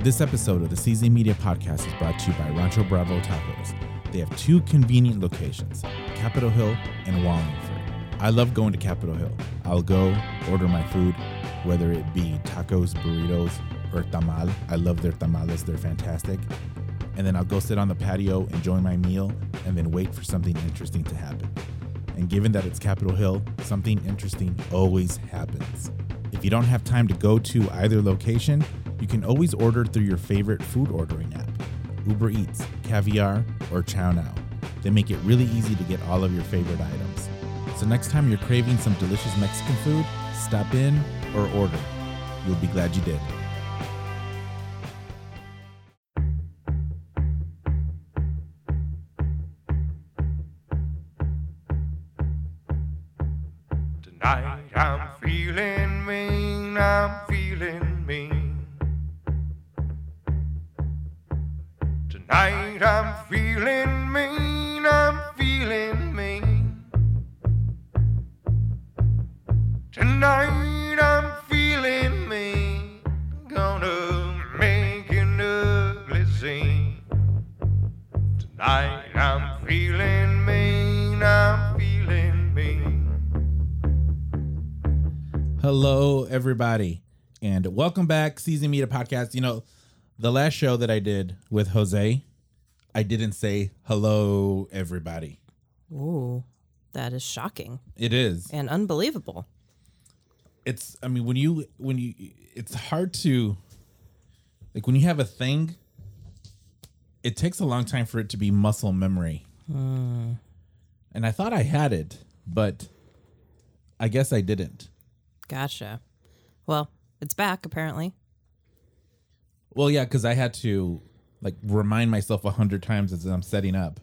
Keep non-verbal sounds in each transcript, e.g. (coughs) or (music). This episode of the CZ Media Podcast is brought to you by Rancho Bravo Tacos. They have two convenient locations, Capitol Hill and Wallingford. I love going to Capitol Hill. I'll go order my food, whether it be tacos, burritos, or tamal. I love their tamales, they're fantastic. And then I'll go sit on the patio, enjoy my meal, and then wait for something interesting to happen. And given that it's Capitol Hill, something interesting always happens. If you don't have time to go to either location, you can always order through your favorite food ordering app Uber Eats, Caviar, or Chow Now. They make it really easy to get all of your favorite items. So next time you're craving some delicious Mexican food, stop in or order. You'll be glad you did. Tonight I'm feeling mean, I'm feeling mean. Tonight I'm feeling mean, I'm feeling mean. Tonight I'm feeling mean, gonna make an ugly scene. Tonight I'm feeling mean, I'm feeling mean. Hello, everybody, and welcome back, Season Media Podcast. You know, the last show that I did with Jose, I didn't say hello, everybody. Ooh, that is shocking It is. and unbelievable. It's. I mean, when you when you, it's hard to, like, when you have a thing. It takes a long time for it to be muscle memory. And I thought I had it, but I guess I didn't. Gotcha. Well, it's back apparently. Well, yeah, because I had to like remind myself a hundred times as I'm setting up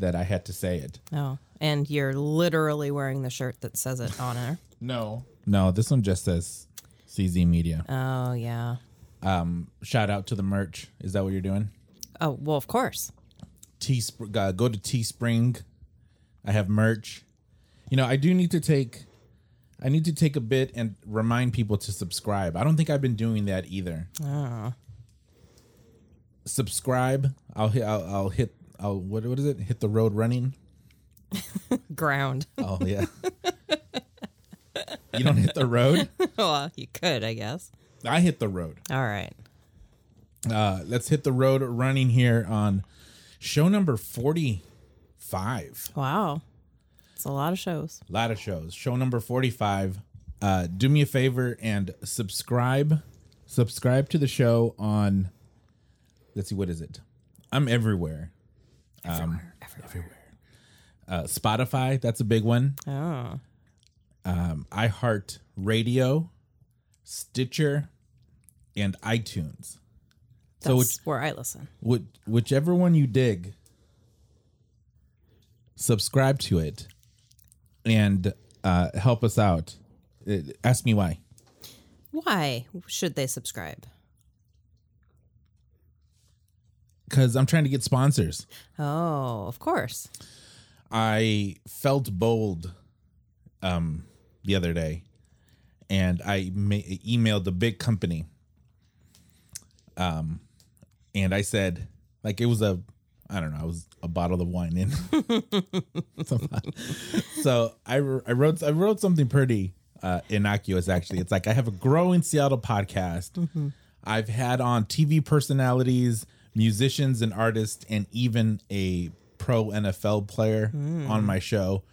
that I had to say it. Oh, and you're literally wearing the shirt that says it on her. No, no, this one just says CZ Media. Oh yeah. Um, shout out to the merch. Is that what you're doing? Oh well, of course. Teespr- uh, go to Teespring. I have merch. You know, I do need to take. I need to take a bit and remind people to subscribe. I don't think I've been doing that either. Subscribe. I'll hit. I'll, I'll hit. I'll what? What is it? Hit the road running. Ground. (laughs) Oh yeah. you don't hit the road. well, you could, I guess. I hit the road. All right. Uh, let's hit the road running here on show number forty-five. Wow. It's a lot of shows. A lot of shows. Show number forty-five. Uh, do me a favor and subscribe. Subscribe to the show on. Let's see, what is it? I'm everywhere. Um, Everywhere. everywhere. Uh, Spotify, that's a big one. Um, Oh. iHeart Radio, Stitcher, and iTunes. That's So it's- where I listen. Which, whichever one you dig, subscribe to it and uh, help us out. Uh, ask me why. Why should they subscribe? Because I'm trying to get sponsors. Oh, of course. I felt bold um, the other day and I ma- emailed a big company. Um, and I said, like, it was a, I don't know, I was a bottle of wine in. (laughs) so I, wr- I wrote I wrote something pretty uh, innocuous actually. It's like I have a growing Seattle podcast. I've had on TV personalities, musicians, and artists, and even a pro NFL player on my show.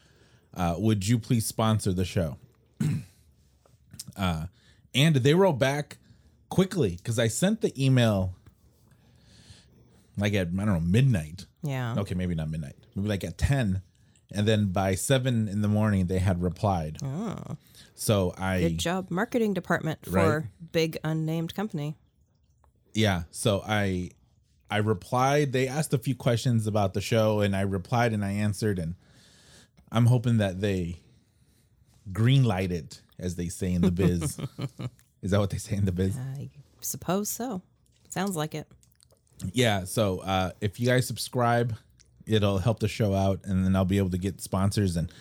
Uh, would you please sponsor the show? (clears throat) uh, and they wrote back quickly because I sent the email like at I don't know midnight Yeah. okay, maybe not midnight, maybe like at 10. And then by 7 in the morning, they had replied. So I, Oh. Good job, marketing department for big unnamed company. yeah, so I, I replied. They asked a few questions about the show and I replied and I answered. And I'm hoping that they green light it, as they say in the (laughs) biz. Is that what they say in the biz? I suppose so. Sounds like it. Yeah. So uh, if you guys subscribe, it'll help the show out, and then I'll be able to get sponsors and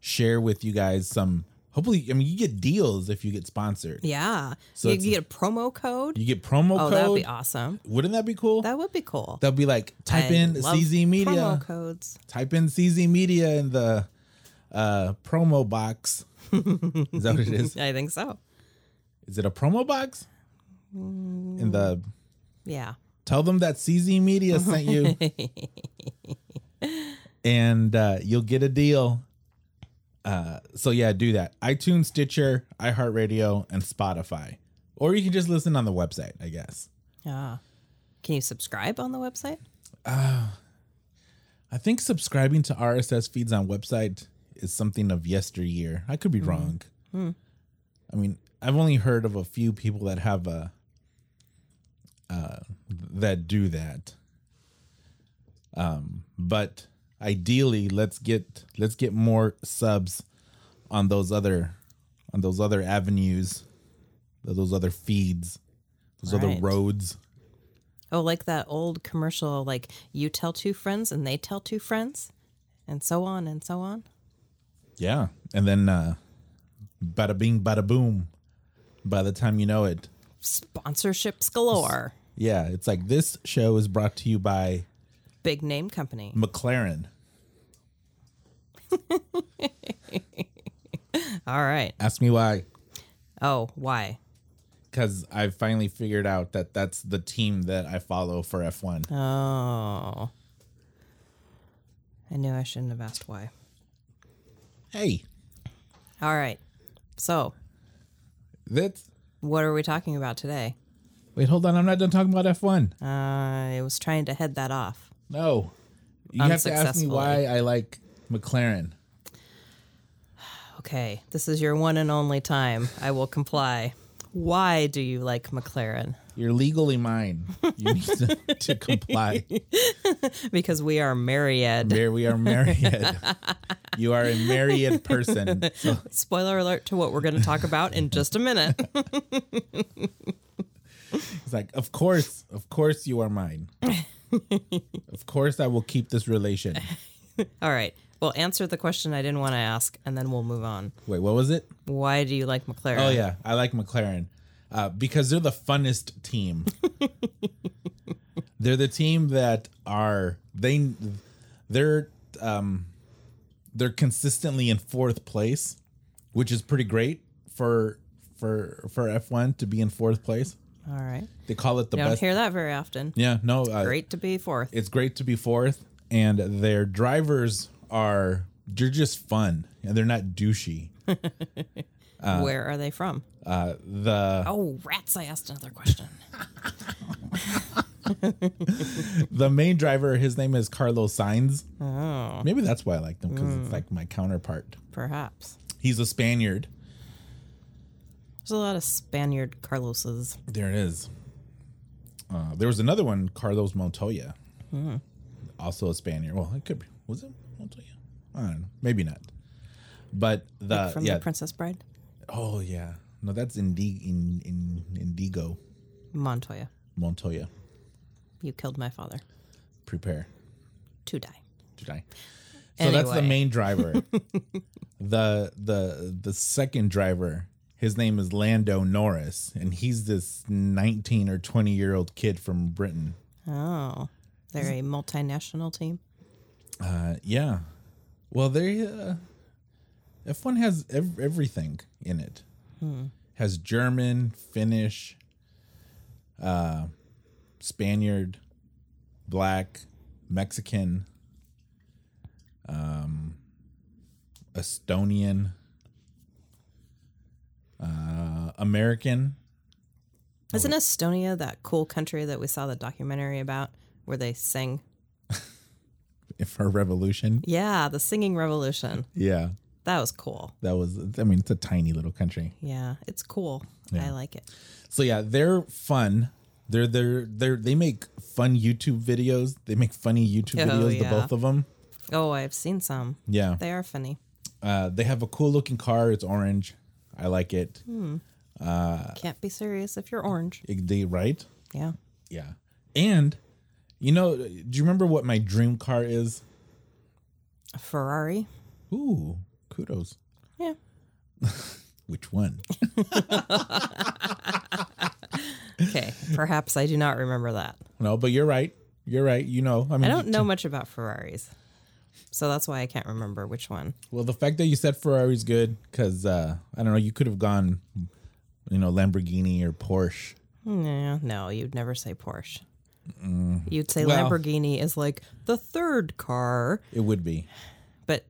share with you guys some Hopefully, I mean, you get deals if you get sponsored. Yeah. So you, it's you get a promo code. You get promo oh, code. that'd be awesome. Wouldn't that be cool? That would be cool. That'd be like type I in love CZ Media. Promo codes. Type in CZ Media in the uh, promo (laughs) box. is that what it is? I think so. Is it a promo box? In the Yeah. tell them that CZ Media sent you, and uh, you'll get a deal. Uh, so yeah, do that. iTunes, Stitcher, iHeartRadio, and Spotify, or you can just listen on the website. I guess. Yeah. Can you subscribe on the website? I think subscribing to RSS feeds on website is something of yesteryear. I could be wrong. I mean, I've only heard of a few people that have a uh, that do that. Um, but ideally, let's get let's get more subs on those other on those other avenues, those other feeds, those other Right. roads. Oh, like that old commercial, like you tell two friends and they tell two friends, and so on and so on. Yeah. And then uh bada bing bada boom. By the time you know it. Sponsorships galore. Yeah, it's like this show is brought to you by Big name company. McLaren. All right. Ask me why. Oh, why? Cause I finally figured out that that's the team that I follow for F1. Oh. I knew I shouldn't have asked why. Hey, All right. So, that's what are we talking about today? wait, hold on. I'm not done talking about F1. Uh, I was trying to head that off. No, you have to ask me Unsuccessfully. why I like McLaren. Okay, this is your one and only time. I will comply. Why do you like McLaren? You're legally mine. You need to, to comply. Because we are married. There we are married. You are a married person. So Spoiler alert to what we're going to talk about in just a minute. (laughs) It's like, of course, of course you are mine. of course I will keep this relation. All right. Well, answer the question I didn't want to ask, and then we'll move on. Wait, what was it? Why do you like McLaren? Oh yeah, I like McLaren uh, because they're the funnest team. they're the team that are they they're um, they're consistently in fourth place, which is pretty great for for for F one to be in fourth place. All right. They call it the Don't best. hear that very often. yeah, no, uh, Great to be fourth. it's great to be fourth and their drivers are they're just fun and they're not douchey Where are they from? uh the Oh, rats! I asked another question. the main driver his name is carlos sainz Oh, maybe that's why i like them because it's like my counterpart perhaps. he's a spaniard There's a lot of Spaniard Carloses. there it is uh there was another one carlos montoya Hmm. also a spaniard well it could be was it montoya i don't know maybe not but the from Uh, yeah the Princess Bride? oh yeah no that's indi- in, in indigo Montoya. montoya You killed my father prepare to die. to die. So that's the Anyway. main driver. the the the second driver, his name is Lando Norris, and he's this nineteen or twenty year old kid from Britain. Oh, they're a multinational team. Uh, yeah, well, they uh, F one has ev- everything in it. Has German, Finnish, uh, Spaniard, black, Mexican, um, Estonian, uh, American. Isn't Estonia that cool country that we saw the documentary about where they sing? For revolution, Yeah, the singing revolution. yeah, That was cool. that was. I mean, it's a tiny little country. Yeah, it's cool. I like it. So yeah, they're fun. They're they're they're they make fun YouTube videos. They make funny YouTube Oh, videos. The yeah. both of them. Oh, I've seen some. Yeah. They are funny. Uh, they have a cool looking car. It's orange. I like it. Can't be serious if you're orange. It- They right. Yeah. Yeah. And you know, do you remember what my dream car is? A Ferrari. Ooh, kudos. Yeah. Which one? (laughs) (laughs) Okay, perhaps I do not remember that. No, but you're right. You're right. You know, I mean, I don't know much about Ferraris, so that's why I can't remember which one. Well, the fact that you said Ferrari's good because uh, I don't know, you could have gone, you know, Lamborghini or Porsche. No, no, you'd never say Porsche. You'd say Mm-hmm. Well- Lamborghini is like the third car, It would be but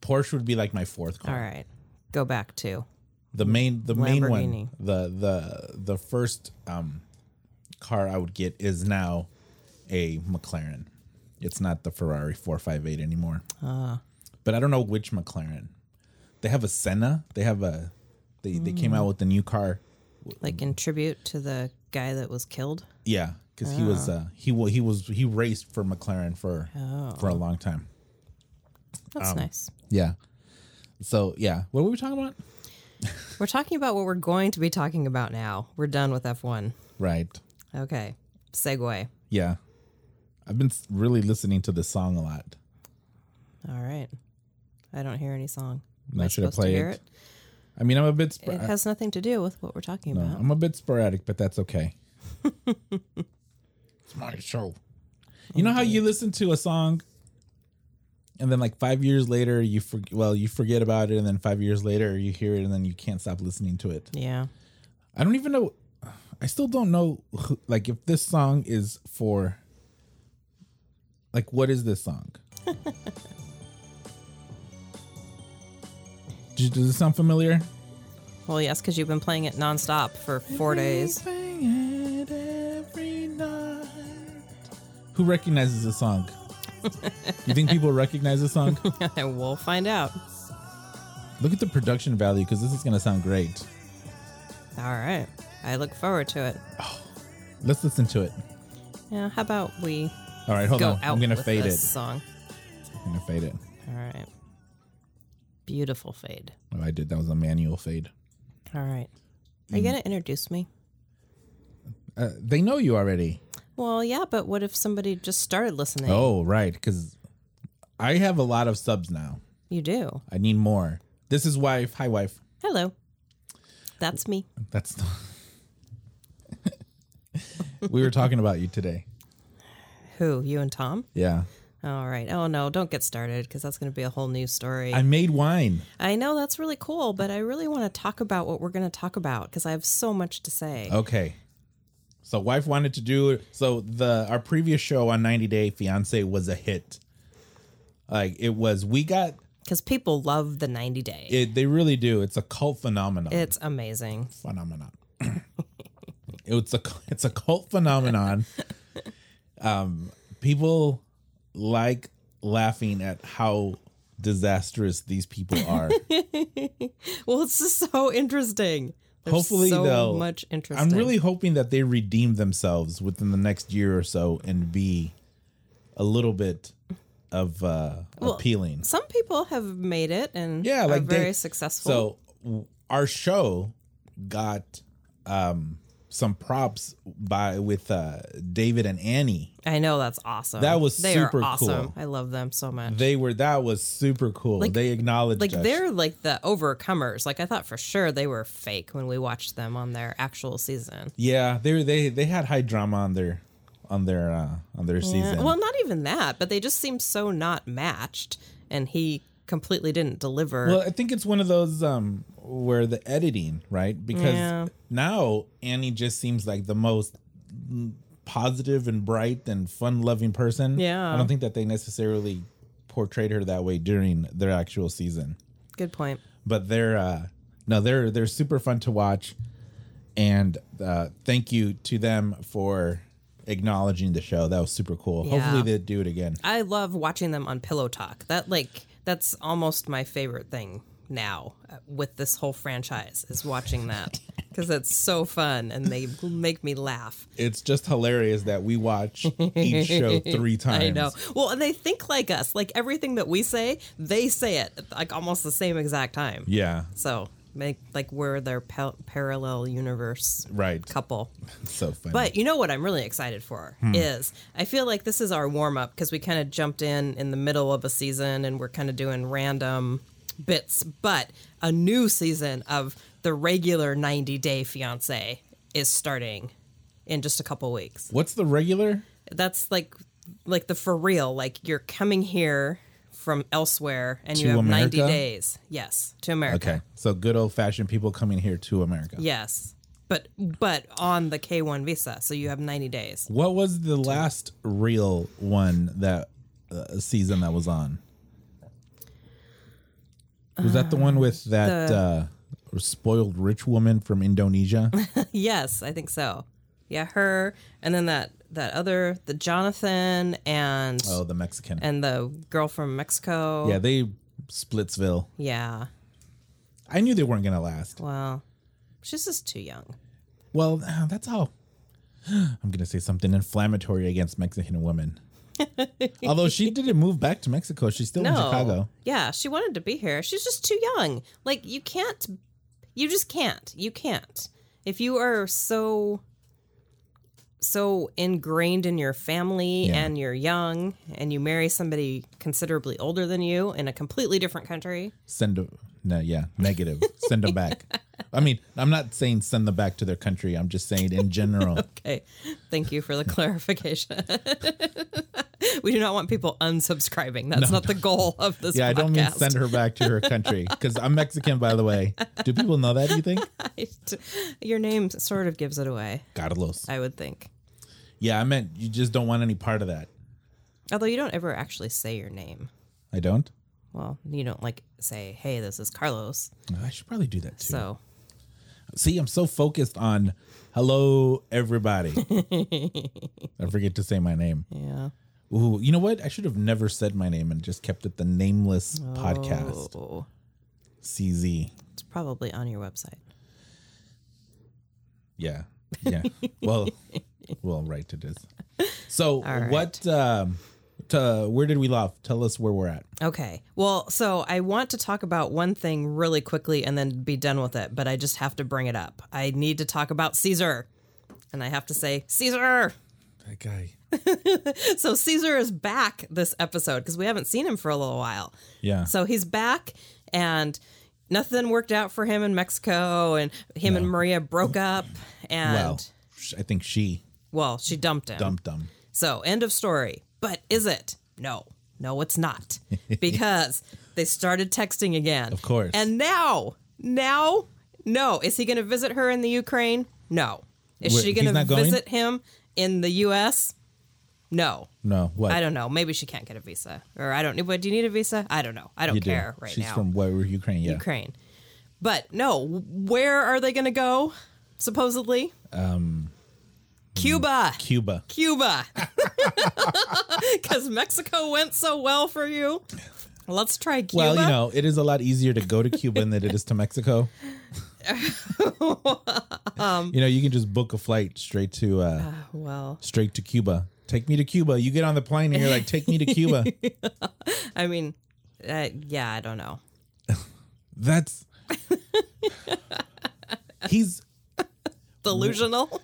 Porsche would be like my fourth car. all right, go back to The main, the main one, Lamborghini. the the the first um, car I would get is now a McLaren. It's not the Ferrari 458 anymore. Ah. But I don't know which McLaren. They have a Senna. They have a. They they came out with a new car like in tribute to the guy that was killed. Yeah, because he Ah. was uh, he wa- he was he raced for McLaren for for a Oh. long time. Oh. That's nice. Yeah. So yeah, what were we talking about? We're talking about what we're going to be talking about now. We're done with F1. Right. Okay, segue. Yeah, I've been s- really listening to this song a lot. All right. I don't hear any song. I I should have supposed to played hear it. I mean, I'm a bit It spor- has nothing to do with what we're talking about. I'm a bit sporadic, but that's (laughs) okay. it's my show. Oh, You know how you listen to a song, and then like five years later, you for- well you forget about it, and then five years later you hear it, and then you can't stop listening to it. Yeah. I don't even know. I still don't know, who, like, if this song is for. Like, what is this (laughs) song? Does does it sound familiar? Well, yes, because you've been playing it nonstop for four days. (laughs) Who recognizes this (laughs) song? you think people recognize this song? we'll find out. Look at the production value because this is going to sound great. All right. I look forward to it. Let's listen to it. Now, how about we All right, hold go on. out I'm going to with fade this it. song? I'm going to fade it. All right. Beautiful fade. Oh, I did. That was a manual fade. All right. Mm. Are you going to introduce me? Uh, they know you already. Well, yeah, but what if somebody just started listening? Oh, right. Because I have a lot of subs now. You do. I need more. This is wife. Hi, wife. Hello. That's me. That's. (laughs) we were talking about you today. Who? You and Tom? Yeah. All right. Oh, no, don't get started because that's going to be a whole new story. I made wine. I know that's really cool, but I really want to talk about what we're going to talk about because I have so much to say. Okay. So wife wanted to do so the our previous show on 90 Day Fiance was a hit. Like it was we got Because people love the 90 day. it they really do. It's a cult phenomenon. it's amazing. phenomenon. it's a (laughs) it's a cult phenomenon. um, people like laughing at how disastrous these people (laughs) are. Well, it's just so interesting. There's Hopefully, so they'll- much interesting. I'm really hoping that they redeem themselves within the next year or so and be a little bit of uh, appealing. Some people have made it and Yeah, are like they- very successful. So w- our show got um, some props by with uh, David and Annie. I know that's awesome. That was they super are awesome. cool. I love them so much. They were that was super cool. they acknowledged like us. they're like the overcomers. Like I thought for sure they were fake when we watched them on their actual season. yeah, they were- they they had high drama on their on their uh, on their season. Well, not even that, but they just seemed so not matched, and he completely didn't deliver. Well, I think it's one of those um where the editing, right? Because Yeah. now Annie just seems like the most mm, positive and bright and fun-loving person. Yeah. I don't think that they necessarily portrayed her that way during their actual season. Good point. But they're uh no, they're they're super fun to watch and uh thank you to them for acknowledging the show. That was super cool. Yeah. Hopefully they do it again. I love watching them on Pillow Talk. That like that's almost my favorite thing now uh, with this whole franchise is (laughs) watching that because it's so fun and they make me laugh. It's just hilarious that we watch each show 3 times. (laughs) I know. Well, and they think like us. Like everything that we say, they say it at, like almost the same exact time. Yeah. So make like we're their pal- parallel universe Right. couple. So funny. But you know what I'm really excited for Hmm. is I feel like this is our warm up because we kind of jumped in in the middle of a season and we're kind of doing random bits, but a new season of the regular 90 Day Fiance is starting in just a couple weeks. What's the regular? That's like like the for real, like you're coming here from elsewhere and To you have 90 America? days. Yes, to America. Okay. So good old fashioned people coming here to America. Yes. But but on the K1 visa, so you have 90 days. What was the last real one that uh, season that was on? Was that the Um, one with that uh, spoiled rich woman from (laughs) Indonesia? Yes, I think so. Yeah, her and then that that other the Jonathan and oh, the Mexican. and the girl from Mexico. yeah, they Splitsville. Yeah. I knew they weren't gonna last. Well, she's just too young. Well, (sighs) uh, that's how. (gasps) I'm gonna say something inflammatory against Mexican (laughs) women. Although she didn't move back to Mexico, she's still No. in Chicago. Yeah, she wanted to be here. She's just too young. Like you can't you just can't. You can't. If you are so so ingrained in your family Yeah. and you're young and you marry somebody considerably older than you in a completely different country. Send them. No, yeah, negative. send them back. I mean, I'm not saying send them back to their country. I'm just saying in general. Okay. Thank you for the (laughs) clarification. we do not want people unsubscribing. That's not the goal of this yeah, I podcast. don't mean (laughs) send her back to her country because I'm Mexican, by the way. Do people know that? Do you think Your name sort of gives it away, Carlos? I would think. Yeah, I meant you just don't want any part of that. Although you don't ever actually say your name. I don't. Well, you don't like say, "Hey, this is Carlos." Oh, I should probably do that too. So, See, I'm so focused on hello everybody. I forget to say my name. yeah. Ooh, you know what? I should have never said my name and just kept it the nameless podcast Oh, CZ. it's probably on your website. Yeah. Yeah. well, well, right it is. So, what um to where did we love? Tell us where we're at. Okay. Well, so I want to talk about one thing really quickly and then be done with it, but I just have to bring it up. I need to talk about Caesar. And I have to say, Caesar. (laughs) That guy. So Caesar is back this episode because we haven't seen him for a little while. Yeah. So he's back and nothing worked out for him in Mexico and him and Maria broke up and well, sh- I think she well, she dumped him. dumped him. So, end of story. But is it? No. No, (laughs) it's not. Because they started texting again. Of course. And now, now, no. Is he going to visit her in the Ukraine? No. Is Wait, she he's going to not going? visit him in the U.S.? No. No, what? I don't know. Maybe she can't get a visa. Or I don't know. But do you need a visa? I don't know. I don't You do. care right She's now. from where? Ukraine. Yeah. Ukraine. But no, where are they going to go? Supposedly? Um, Cuba. Cuba. Cuba. (laughs) Because Mexico went so well for you. Let's try Cuba. Well, you know, it is a lot easier to go to Cuba than it is to (laughs) Mexico. Um, you know, you can just book a flight straight to uh, Well, straight to Cuba. Take me to Cuba. You get on the plane and you're like, "Take me to (laughs) Cuba." I mean, uh, yeah, I don't know. That's he's Delusional?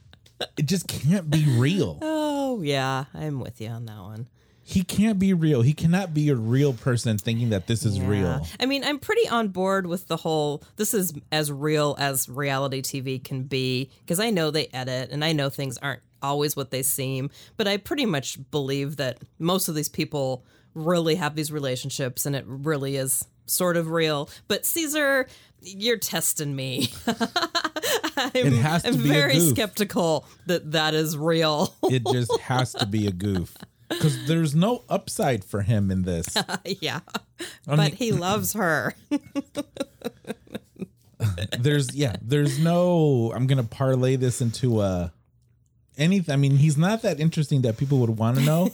(laughs) it just can't be real. oh, yeah, I'm with you on that one. He can't be real. He cannot be a real person thinking that this is Yeah. real. I mean, I'm pretty on board with the whole this is as real as reality TV can be because I know they edit and I know things aren't always what they seem, but I pretty much believe that most of these people really have these relationships and it really is sort of real. But Caesar, you're testing me. (laughs) I'm, has to I'm be a very goof. skeptical that that is real. (laughs) It just has to be a goof because there's no upside for him in (laughs) this. yeah. I But mean- he (laughs) loves her. There's yeah. There's no. I'm gonna parlay this into a. Anything. I mean, he's not that interesting that people would want to (laughs) know.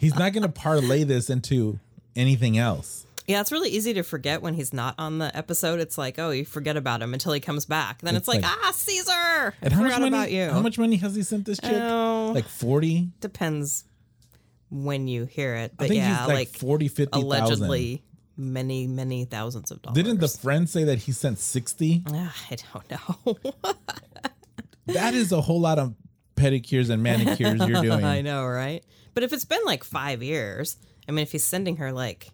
He's not going to parlay this into anything else. Yeah, it's really easy to forget when he's not on the episode. It's like, oh, you forget about him until he comes back. Then it's, It's like, like- ah, Caesar. And I how much forgot money? about you. How much money has he sent this chick? Oh. Like forty. depends when you hear it? I But think yeah, he's like, like, forty, fifty 40, 50,000. allegedly many, many thousands of dollars. Didn't the friend say that he sent 60? Ah, (sighs) I don't know. (laughs) That is a whole lot of pedicures and manicures (laughs) you're doing. I know, right? But if it's been like five years, I mean, if he's sending her like,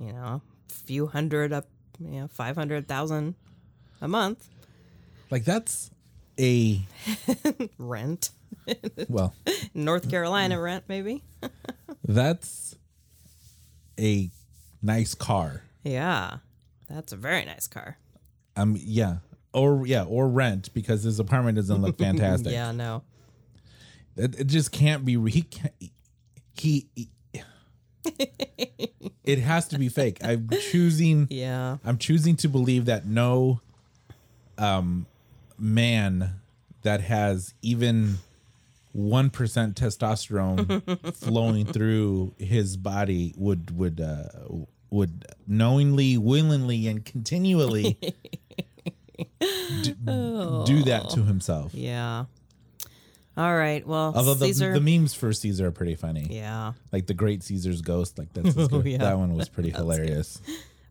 you know, a few hundred up, you know, 500,000 a month Like that's a rent. well, North Carolina rent, maybe. that's a nice car. Yeah. That's a very nice car. Um yeah. Or yeah, or rent because his apartment doesn't (laughs) look fantastic. Yeah, no. It, it just can't be. re- He can't. He. (laughs) he- it has to be fake. I'm choosing. Yeah. I'm choosing to believe that no, um, man that has even one percent (laughs) testosterone flowing through his body would would uh, would knowingly, willingly, and continually. (laughs) d- do that to himself. Oh. Yeah. All right. Well, Although the, Caesar. the memes for Caesar are pretty funny. yeah. Oh, Like the Great Caesar's Ghost, like (laughs) that's as good. yeah. that one was (laughs) pretty hilarious.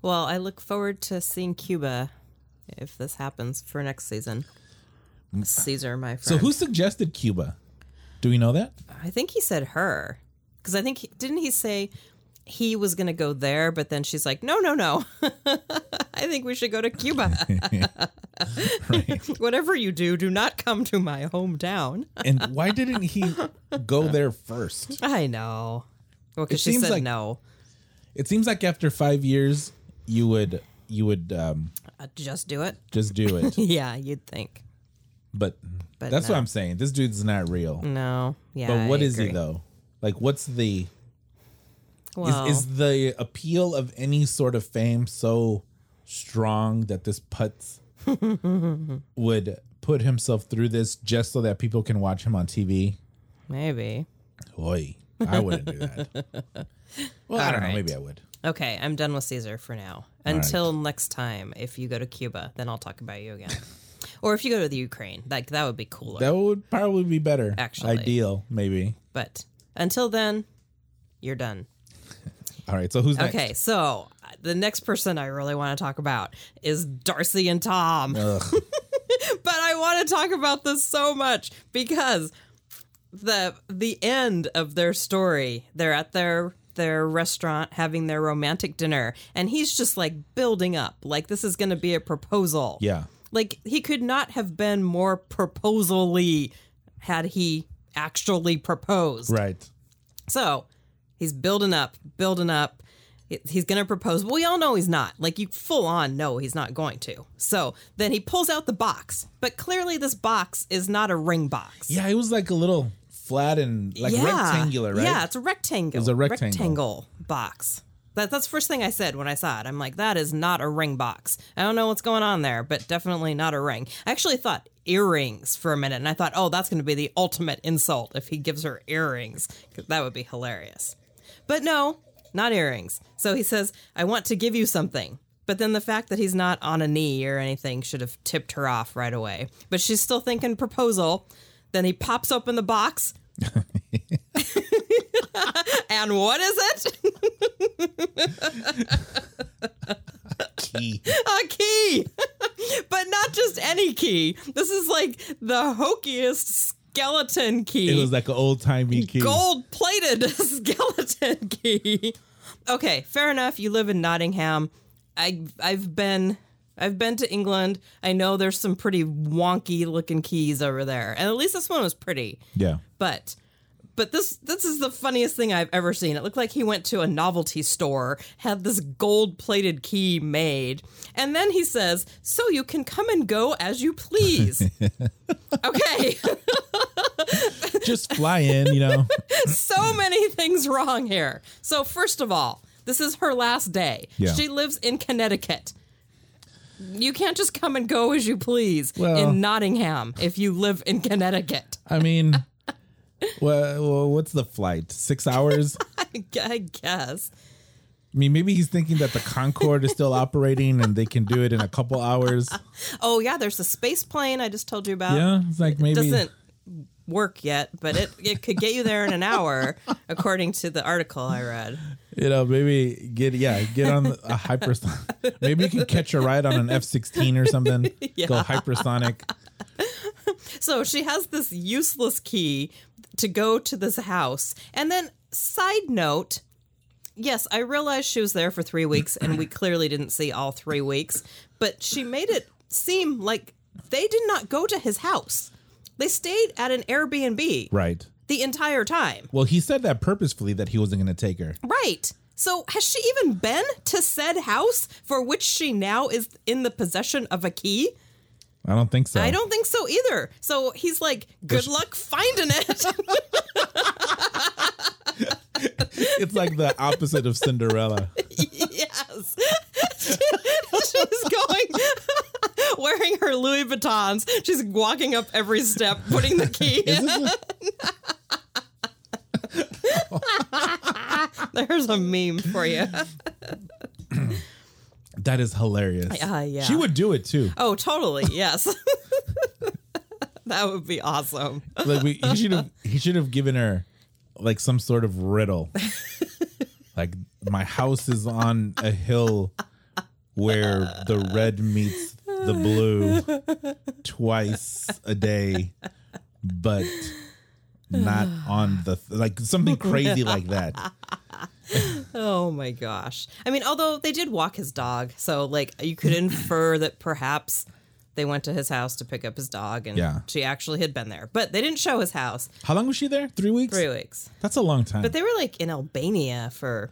Well, I look forward to seeing Cuba if this happens for next season. Caesar, my friend. Mm. So who suggested Cuba? Do we know that? I think he said her because I think he, didn't he say he was going to go there, but then she's like, no, no, no. (laughs) I think we should go (laughs) to Cuba. (laughs) Whatever you do, do not come to my hometown. And why didn't he (laughs) go there first? I know. Well, It because she seems said like- no. It seems like after five years, you would you would um, Uh, just do it. just do it. (laughs) Yeah, you'd think. But, But that's no. what I'm saying. This dude's not real. No. Yeah. But what I is he agree. though? Like what's the Well, is, is the appeal of any sort of fame so strong that this (laughs) putz would put himself through this just so that people can watch him on TV? maybe. Oi, I wouldn't do (laughs) that. Well, I don't know. Maybe I would. Okay, I'm done with Caesar for now. Until next time, if you go to Cuba, then I'll talk about you again. (laughs) or if you go to the Ukraine, like that would be cooler. That would probably be better. Actually. ideal, maybe. But until then, you're done. All right. So who's next? Okay, so uh, the next person I really want to talk about is Darcy and Tom. Ugh. (laughs) but I want to talk about this so much because the the end of their story, they're at their their restaurant having their romantic dinner and he's just like building up like this is going to be a proposal. Yeah. Like he could not have been more proposally had he actually proposed. Right. So he's building up, building up. He- He's going to propose. We all know he's not. Like, you full on know he's not going to. So then he pulls out the box. But clearly, this box is not a ring box. Yeah. It was like a little flat and like rectangular, right? Yeah, it's a rectangle. was a rectangle. rectangle box. That, that's the first thing I said when I saw it. I'm like, that is not a ring box. I don't know what's going on there, but definitely not a ring. I actually thought earrings for a minute, and I thought, oh, that's going to be the ultimate insult if he gives her earrings, 'cause that would be hilarious. But no, not earrings. So he says, I want to give you something. But then the fact that he's not on a knee or anything should have tipped her off right away. But she's still thinking proposal. Then he pops open the box, and what is it? (laughs) (laughs) Key. a key. (laughs) but not just any key. This is like the hokiest skeleton It key. was like an old timey key. Gold plated (laughs) skeleton key. Okay, fair enough. You live in Nottingham. I I've been I've been to England. I know there's some pretty wonky looking keys over there. And at least this one was pretty. Yeah. But but this this is the funniest thing I've ever seen. It looked like he went to a novelty store, had this gold-plated key made, and then he says, "So you can come and go as you please." (laughs) okay, (laughs) Just fly in, you know. (laughs) so many things wrong here. So first of all, this is her last day. Yeah. She lives in Connecticut. You can't just come and go as you please Well- in Nottingham if you live in Connecticut. (laughs) I mean, well, well, what's the flight? Six hours? I gu- I guess. I mean, maybe he's thinking that the Concorde is still operating and they can do it in a couple (laughs) hours. Oh yeah, there's a space plane I just told you about. Yeah, it's like maybe Doesn't work yet, but it, it could get you there in an hour, according to the article I read. you know, maybe get yeah, get on a hypersonic. (laughs) maybe you can catch a ride on an F sixteen or something. (laughs) Go hypersonic. So she has this useless key to go to this house. And then, side note, yes, I realized she was there for three weeks, and we clearly didn't see all three weeks, but she made it seem like they did not go to his house. They stayed at an Airbnb Right. the entire time. Well, he said that purposefully that he wasn't going to take her. Right. So has she even been to said house for which she now is in the possession of a key? I don't think so. I don't think so either. So he's like, good Does- luck finding it. (laughs) (laughs) It's like the opposite of (laughs) Cinderella. yes. (laughs) She's going, (laughs) wearing her Louis Vuittons. She's walking up every step, putting the key Is in. this a- There's a meme for you. (laughs) that is hilarious. Uh, yeah. She would do it too. Oh, totally. Yes. (laughs) that would be awesome. Like we, he should have he should have given her like some sort of (laughs) riddle. like my house is on a hill where the red meets the blue twice a day, but not on the like something crazy like that. Oh my gosh. I mean, although they did walk his dog, so like you (laughs) could infer that perhaps they went to his house to pick up his dog and Yeah. she actually had been there. But they didn't show his house. How long was she there? Three weeks. Three weeks. That's a long time. But they were like in Albania for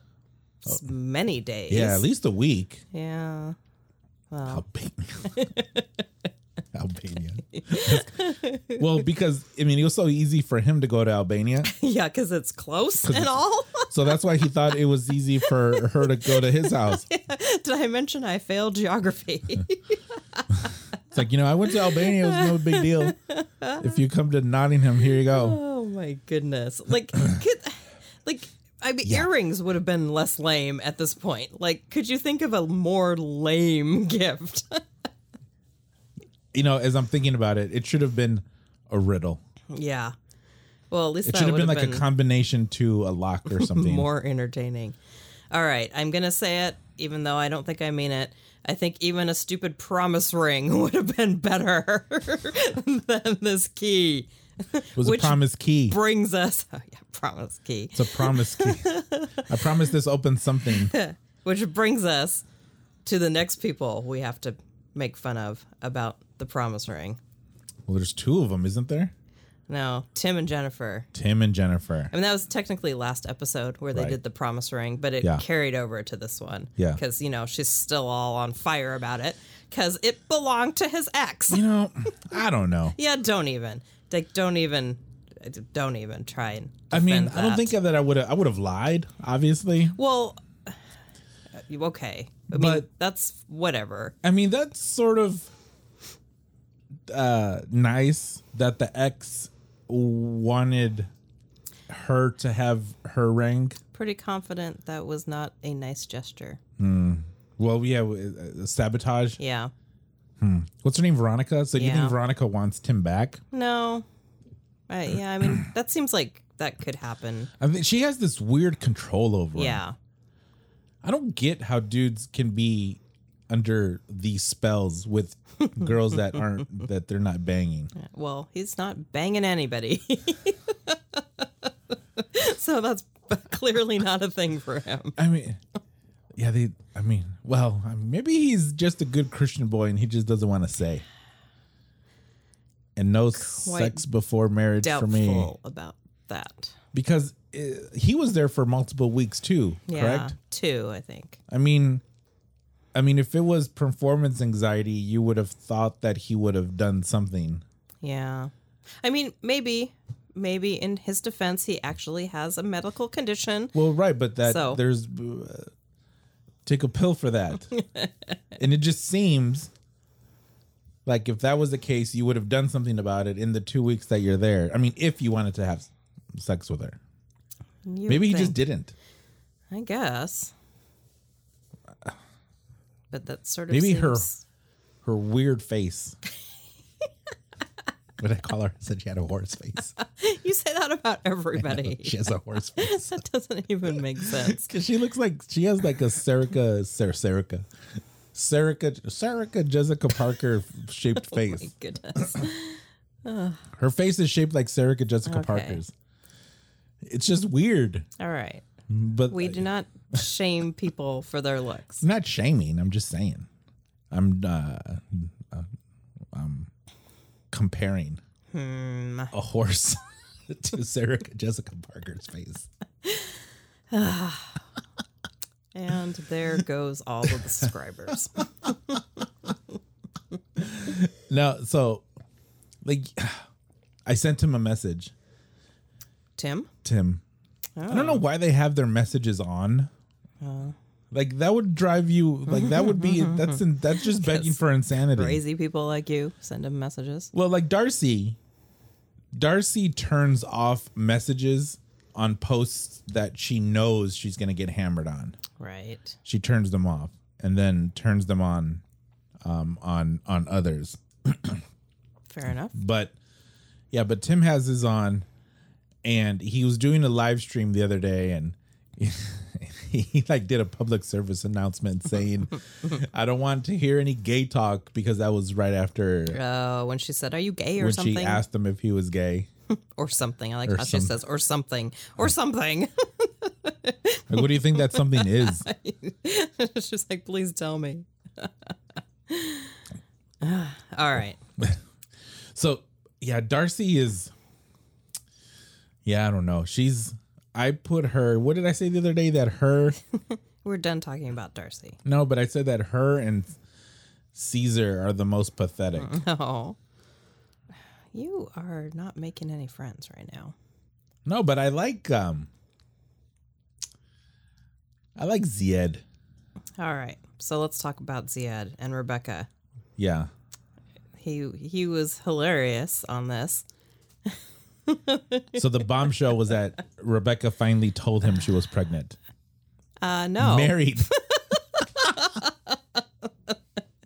s- many days. Oh. yeah, at least a week. Yeah. (laughs) Albania. Albania. well, because I mean, it was so easy for him to go to Albania, Yeah, because (laughs) it's close and all. (laughs) so that's why he thought it was easy for her to go to his house. Did I mention I failed geography? (laughs) (laughs) It's like you know, I went to Albania; it was no big deal. If you come to Nottingham, here you go. oh my goodness. Like, could, like, I mean, Yeah. earrings would have been less lame at this point. Like, could you think of a more lame (laughs) gift? You know, as I'm thinking about it, it should have been a riddle. Yeah. Well, at least It that should have been like a been combination to a lock (laughs) or something. more entertaining. All right, I'm gonna say it, even though I don't think I mean it. I think even a stupid promise ring (laughs) would have been better (laughs) than this key. it was a which promise key. Brings us, (laughs) oh yeah, promise key, it's a promise key. I promise this opens (laughs) something. which brings us to the next people we have to make fun of about the promise ring. Well, there's two of them, isn't there? No, Tim and Jennifer. Tim and Jennifer. I mean, that was technically last episode where they Right. did the promise ring, but it Yeah. carried over to this one. Yeah. Because, you know, she's still all on fire about it because it belonged to his ex. You know, I don't know. yeah, don't even. Like, don't even. Don't even try and. I mean, defend I don't that. think that I would have. I would have lied, obviously. Well, uh, you- okay. I mean, But- that's whatever. I mean, that's sort of uh, nice that the ex wanted her to have her ring. Pretty confident that was not a nice gesture. Well, yeah, uh, sabotage. Yeah. What's her name? Veronica. So you Yeah. think Veronica wants Tim back? No. Uh, yeah, I mean, that seems like that could happen. I mean, she has this weird control over. him. Yeah. I don't get how dudes can be under these spells (laughs) with girls that aren't that they're not banging. Well, he's not banging anybody. (laughs) so that's clearly not a thing for him. I mean, yeah, they. I mean, well, I mean, maybe he's just a good Christian boy and he just doesn't want to say. And no sex before marriage for me Doubtful about that. because uh, he was there for multiple weeks too. Yeah. Correct. Two, I think. I mean, I mean, if it was performance anxiety, you would have thought that he would have done something. Yeah. I mean, maybe, maybe in his defense, he actually has a medical condition. Well, right, but that So- there's uh, take a pill for (laughs) that, and it just seems like if that was the case, you would have done something about it in the two weeks that you're there. I mean, if you wanted to have s- sex with her, You would maybe he just think. didn't. I guess. But that sort of Maybe her- seems- (laughs) Her weird face. (laughs) what did I call her? I said she had a horse (laughs) face. You say that about everybody. (laughs) she has a horse face. (laughs) that doesn't even make (laughs) sense. Cause she looks like she has like a Serica, Ser Serica, Serica, Serica Jessica Parker (laughs) shaped face. Oh My goodness. Her face is shaped like Sarah Jessica Okay. Parker's. It's just weird. All right. But We (laughs) do not shame people for their looks. I'm not shaming. I'm just saying. I'm uh, uh, um, comparing Hmm. a horse (laughs) to Sarah Jessica Parker's face. And there (laughs) goes all of the subscribers. No, so like I sent him a message, Tim? Tim. I don't know Oh. why they have their messages on. Like that would drive you. Like that would (laughs) be that's in, that's just begging for insanity. Crazy people like you send him messages. Well, like Darcy, Darcy turns off messages on posts that she knows she's gonna get hammered on. Right. She turns them off and then turns them on, um, on on others. Fair enough. But yeah, but Tim has his on, and he was doing a live stream the other day, and (laughs) he like did a public service announcement saying, "I don't want to hear any gay talk because that was right after." Uh, when she said, Are you gay or When something? she asked him if he was gay, or something. I like how she some- says, Or something. Or something. (laughs) like, what do you think that something is? She's like, Please tell me. (laughs) all right. So yeah, Darcy is. Yeah, I don't know. She's. I put her. What did I say the other day? That her. We're done talking about Darcy. No, but I said that her and Caesar are the most pathetic. (laughs) No. Oh. You are not making any friends right now. No, but I like um I like Zied. All right. So let's talk about Ziad and Rebecca. Yeah. He he was hilarious on this. So the bombshell was that Rebecca finally told him she was pregnant. Uh no. Married. (laughs)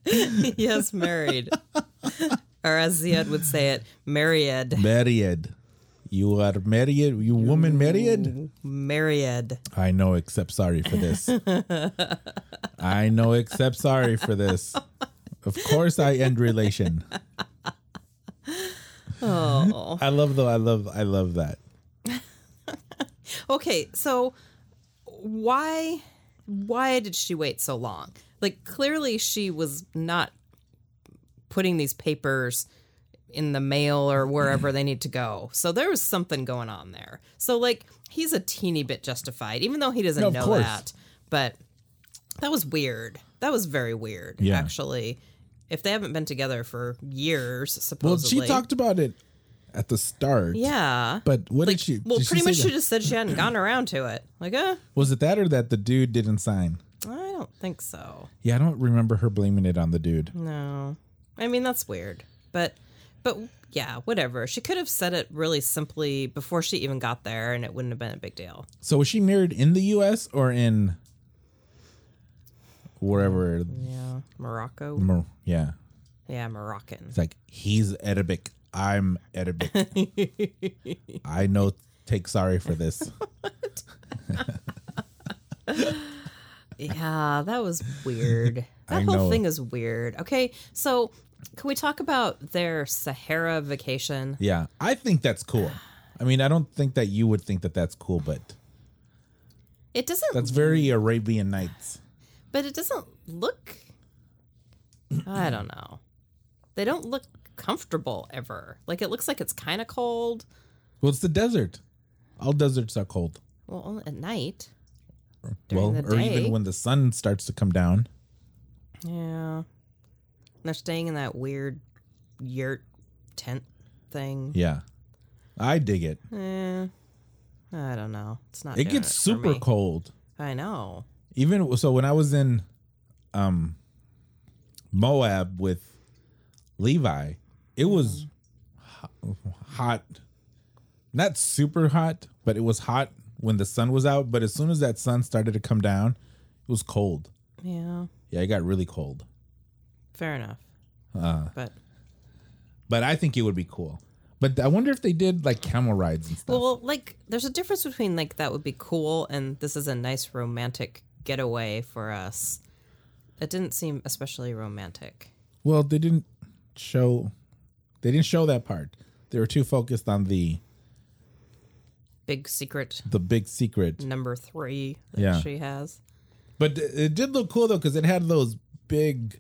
yes, married. or as Ziad would say it, married. Married. You are married. You woman married? Married. I know except sorry for this. I know except sorry for this. Of course I end relation. Oh. I love though I love I love that. Okay, so why why did she wait so long? Like clearly she was not putting these papers in the mail or wherever they need to go. So there was something going on there. So like he's a teeny bit justified even though he doesn't No, of know course. that. But that was weird. That was very weird Yeah. actually. If they haven't been together for years Well, supposedly. she talked about it at the start. Yeah. But what did she well, did she pretty say much that- she just said she hadn't gotten around to it. Like, uh, Was it that or that the dude didn't sign? I don't think so. Yeah, I don't remember her blaming it on the dude. No. I mean, that's weird. But but yeah, whatever. She could have said it really simply before she even got there and it wouldn't have been a big deal. So was she married in the U.S. or in wherever? Yeah. Morocco. Mor- Yeah, Yeah, Moroccan. it's like he's Arabic, I'm (laughs) Arabic. I know. Take sorry for this. Yeah, that was weird. (laughs) I That know. whole thing is weird. Okay, so can we talk about their Sahara vacation? Yeah, I think that's cool. I mean, I don't think that you would think that that's cool, but It doesn't that's very Arabian Nights. But it doesn't look. I don't know. They don't look comfortable ever. Like it looks like it's kind of cold. Well, it's the desert. All deserts are cold. Well, only at night. well, During the or day. even when the sun starts to come down. Yeah. They're staying in that weird yurt tent thing. Yeah, I dig it. Eh, I don't know. It's not. It doing gets for super me. cold. I know. even so when i was in um moab with levi it was ho- hot not super hot but it was hot when the sun was out but as soon as that sun started to come down it was cold Yeah. yeah it got really cold Fair enough. Uh. but but i think it would be cool but i wonder if they did like camel rides and stuff Well, like, there's a difference between like that would be cool and this is a nice romantic getaway for us. It didn't seem especially romantic. well they didn't show they didn't show that part they were too focused on the big secret the big secret. number three that Yeah. she has. But it did look cool though because it had those big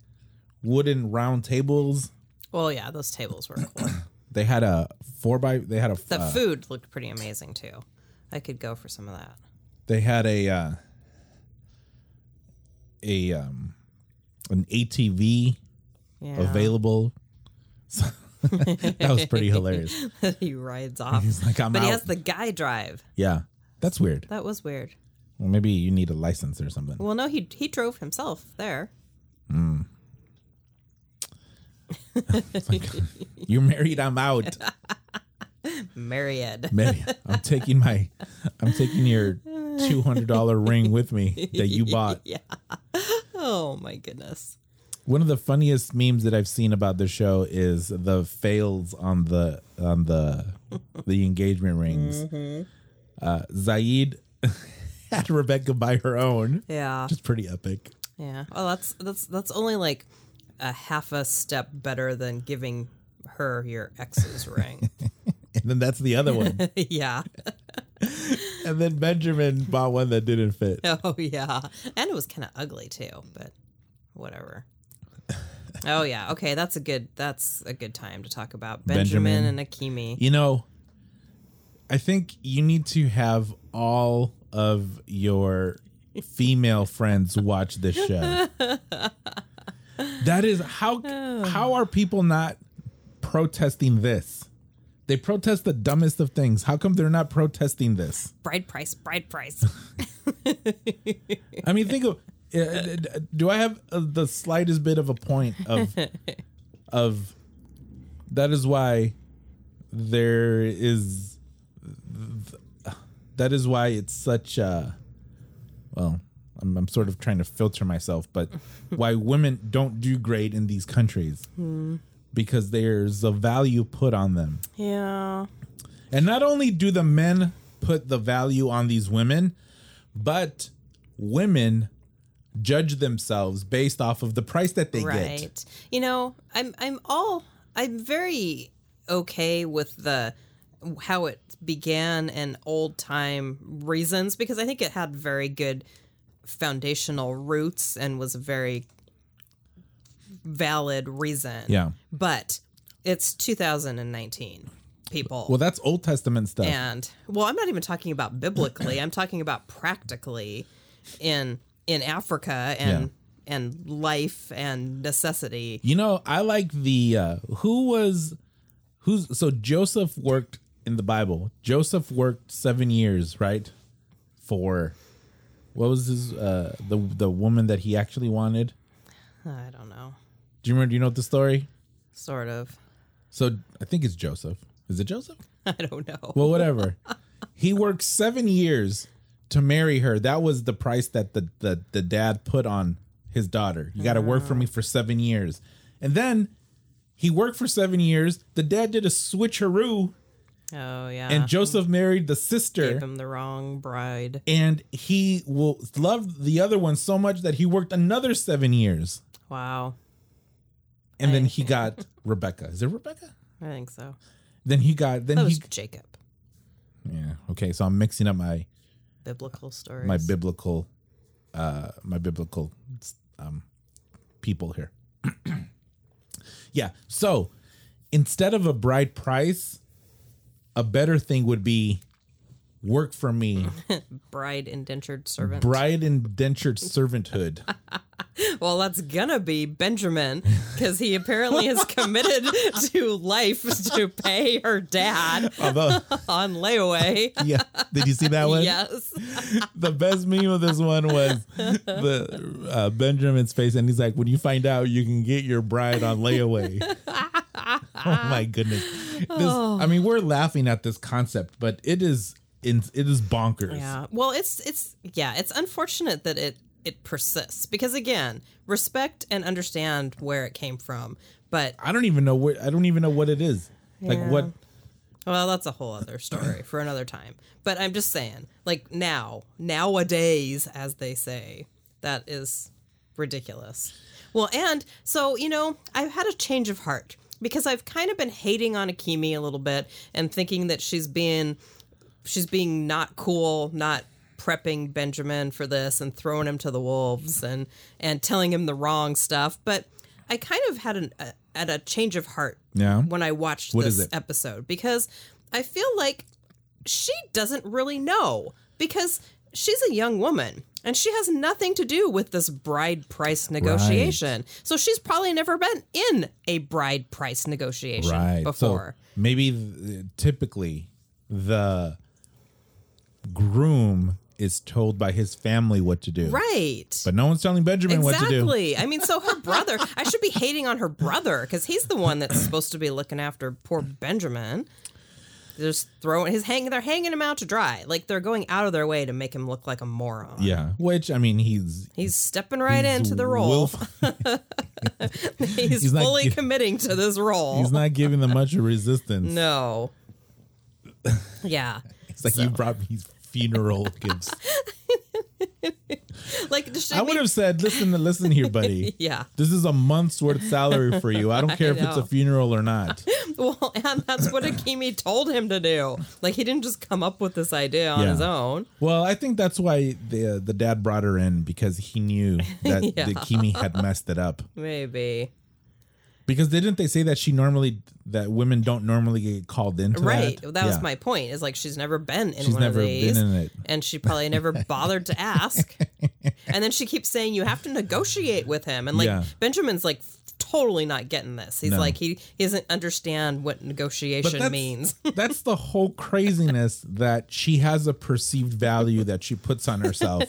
wooden round tables. Well, yeah, those tables were cool. They had a four by. They had a. The uh, food looked pretty amazing too. I could go for some of that. they had a uh, a um an ATV Yeah. available. (laughs) So that was pretty hilarious. (laughs) he rides off. He's like, I'm but out. he has the guy drive. yeah, that's weird. That was weird. Well, maybe you need a license or something. Well, no, he he drove himself there. You're married. I'm (laughs) out. Myriad. Maybe I'm taking my, I'm taking your two hundred dollar ring with me that (laughs) you bought. yeah. (laughs) Oh my goodness. One of the funniest memes that I've seen about the show is the fails on the on the the engagement rings. Uh, Zaid (laughs) had Rebecca buy her own, Yeah. which is pretty epic. Yeah. Well, that's that's that's only like a half a step better than giving her your ex's ring. (laughs) And then that's the other one. yeah. and then Benjamin bought one that didn't fit. (laughs) Oh yeah. And it was kind of ugly too, but whatever. Oh yeah. Okay, that's a good that's a good time to talk about Benjamin, Benjamin. and Akimi. You know, I think you need to have all of your female friends watch this show. that is how how are people not protesting this? They protest the dumbest of things. How come they're not protesting this? Bride price, (laughs) bride price. I mean, think of uh, do I have uh, the slightest bit of a point of of that is why there is that is why it's such a well I'm, I'm sort of trying to filter myself but why women don't do great in these countries because there's a value put on them yeah. and not only do the men put the value on these women, but women judge themselves based off of the price that they right. get. You know, I'm I'm all I'm very okay with the how it began and old time reasons because I think it had very good foundational roots and was a very valid reason. Yeah. But it's 2019 people. Well, that's Old Testament stuff. and well, I'm not even talking about biblically. I'm talking about practically in in Africa and and life and necessity. You know, I like the uh, who was who's so Joseph worked in the Bible. Joseph worked seven years, right? For what was his uh, the the woman that he actually wanted? I don't know. Do you remember? Do you know the story? Sort of. (laughs) So I think it's Joseph. Is it Joseph? I don't know. Well, whatever. he worked seven years to marry her. That was the price that the the, the dad put on his daughter. You got to work for me for seven years, and then he worked for seven years. The dad did a switcheroo, oh yeah. and Joseph married the sister. gave him the wrong bride. and he will loved the other one so much that he worked another seven years, Wow. and then he (laughs) got Rebecca. Is it Rebecca? I think so. Then he got then That he was Jacob. yeah okay. So I'm mixing up my Biblical stories. my biblical uh my biblical um people here (clears throat) yeah so instead of a bride price a better thing would be work for me bride indentured servant. bride indentured servanthood (laughs) well, that's gonna be Benjamin because he apparently is committed to life to pay her dad although (laughs) on layaway. yeah did you see that one Yes. the best meme of this one was the uh, benjamin's face and he's like when you find out you can get your bride on (laughs) layaway oh my goodness this, Oh. i mean we're laughing at this concept but it is in, it is bonkers Yeah. Well, it's it's yeah, it's unfortunate that it it persists because again, respect and understand where it came from, but i don't even know where i don't even know what it is like what Well, that's a whole other story for another time. But I'm just saying, like now, nowadays, as they say, that is ridiculous. Well, and so, you know, I've had a change of heart because I've kind of been hating on Akimi a little bit and thinking that she's being she's being not cool, not prepping Benjamin for this and throwing him to the wolves and and telling him the wrong stuff. But I kind of had an a, at a change of heart Yeah. when I watched What is this it? episode because I feel like she doesn't really know because she's a young woman and she has nothing to do with this bride price negotiation. So she's probably never been in a bride price negotiation right. before. So maybe th- typically the groom is told by his family what to do. right. But no one's telling Benjamin what to do. Exactly. I mean, so her brother, I should be hating on her brother because he's the one that's supposed to be looking after poor Benjamin. They're just throwing his hanging, they're hanging him out to dry. Like they're going out of their way to make him look like a moron. Yeah. Which I mean he's He's stepping right he's into the role. willf- (laughs) he's, he's not fully gi- committing to this (laughs) (laughs) role. he's not giving them much resistance. (laughs) (laughs) no. Yeah. It's like you brought me funeral (laughs) gifts. Like, just- I would have said, listen, listen here, buddy. (laughs) Yeah. This is a month's worth salary for you. I (laughs) don't care if it's a know. funeral or not. Well, and (coughs) that's what Akimi told him to do. Like, he didn't just come up with this idea on Yeah. his own. Well, I think that's why the the dad brought her in because he (laughs) knew that Yeah. the Kimi had messed it up. Maybe. Because didn't they say that she normally that women don't normally get called into Right. that? That, was Yeah. my point. Is like she's never been in She's one never of these, been in it. and she (laughs) probably never bothered to ask. And then she keeps saying you have to negotiate with him, and like Yeah. Benjamin's like totally not getting this. He's No. like he, he doesn't understand what negotiation means. (laughs) that's the whole craziness that she has a perceived value that she puts on herself.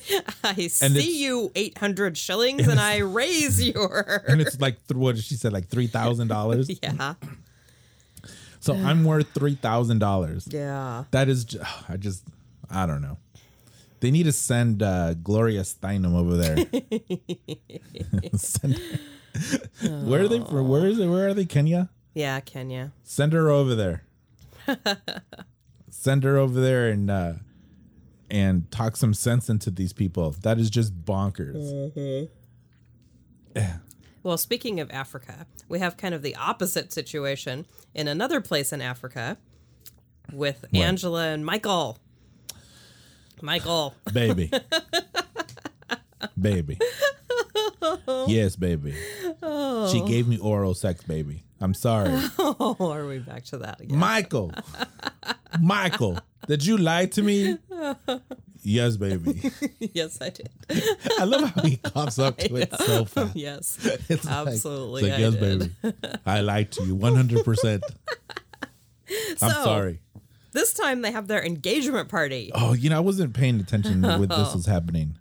I it's- see you eight hundred shillings, and I raise your (laughs) And it's like th- what did she said, like three thousand dollars. yeah So I'm worth three thousand dollars. (laughs) yeah. That is, ju- I just, I don't know. They need to send uh, Gloria Steinem over there. Send her- Where are they? From? Where is it? Where are they? Kenya. Yeah, Kenya. Send her over there. send her over there and uh, and talk some sense into these people. That is just bonkers. Well, speaking of Africa, we have kind of the opposite situation in another place in Africa with Angela and Michael. Michael. (laughs) Baby. baby. Yes, baby. She gave me oral sex, baby. I'm sorry. (laughs) Oh, are we back to that again? Michael, Michael, did you lie to me? Yes, baby. (laughs) (laughs) yes, I did. I love how he coughs up to it so fast. (laughs) Yes. It's like- it's Absolutely, like, I yes, did." baby. I lied to (laughs) you 100%. I'm So- sorry. This time they have their engagement party. Oh, you know, I wasn't paying attention when (laughs) this was happening.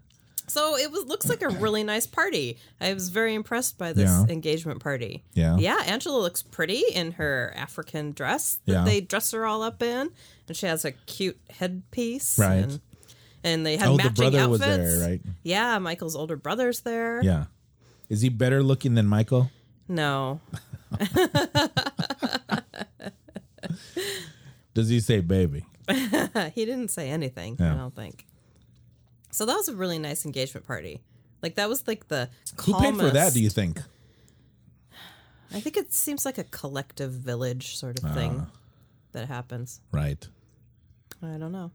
So it was looks like a really nice party. I was very impressed by this Yeah. engagement party. Yeah. Yeah, Angela looks pretty in her African dress that Yeah. they dress her all up in. And she has a cute headpiece. Right. And, and they had Oh, the matching brother was outfits. there, right? Yeah, Michael's older brother's there. Yeah. Is he better looking than Michael? No. (laughs) Does he say baby? he didn't say anything, Yeah. I don't think. So that was a really nice engagement party. Like that was like the Who calmest. paid for that, do you think? I think it seems like a collective village sort Ah. of thing that happens. Right. I don't know.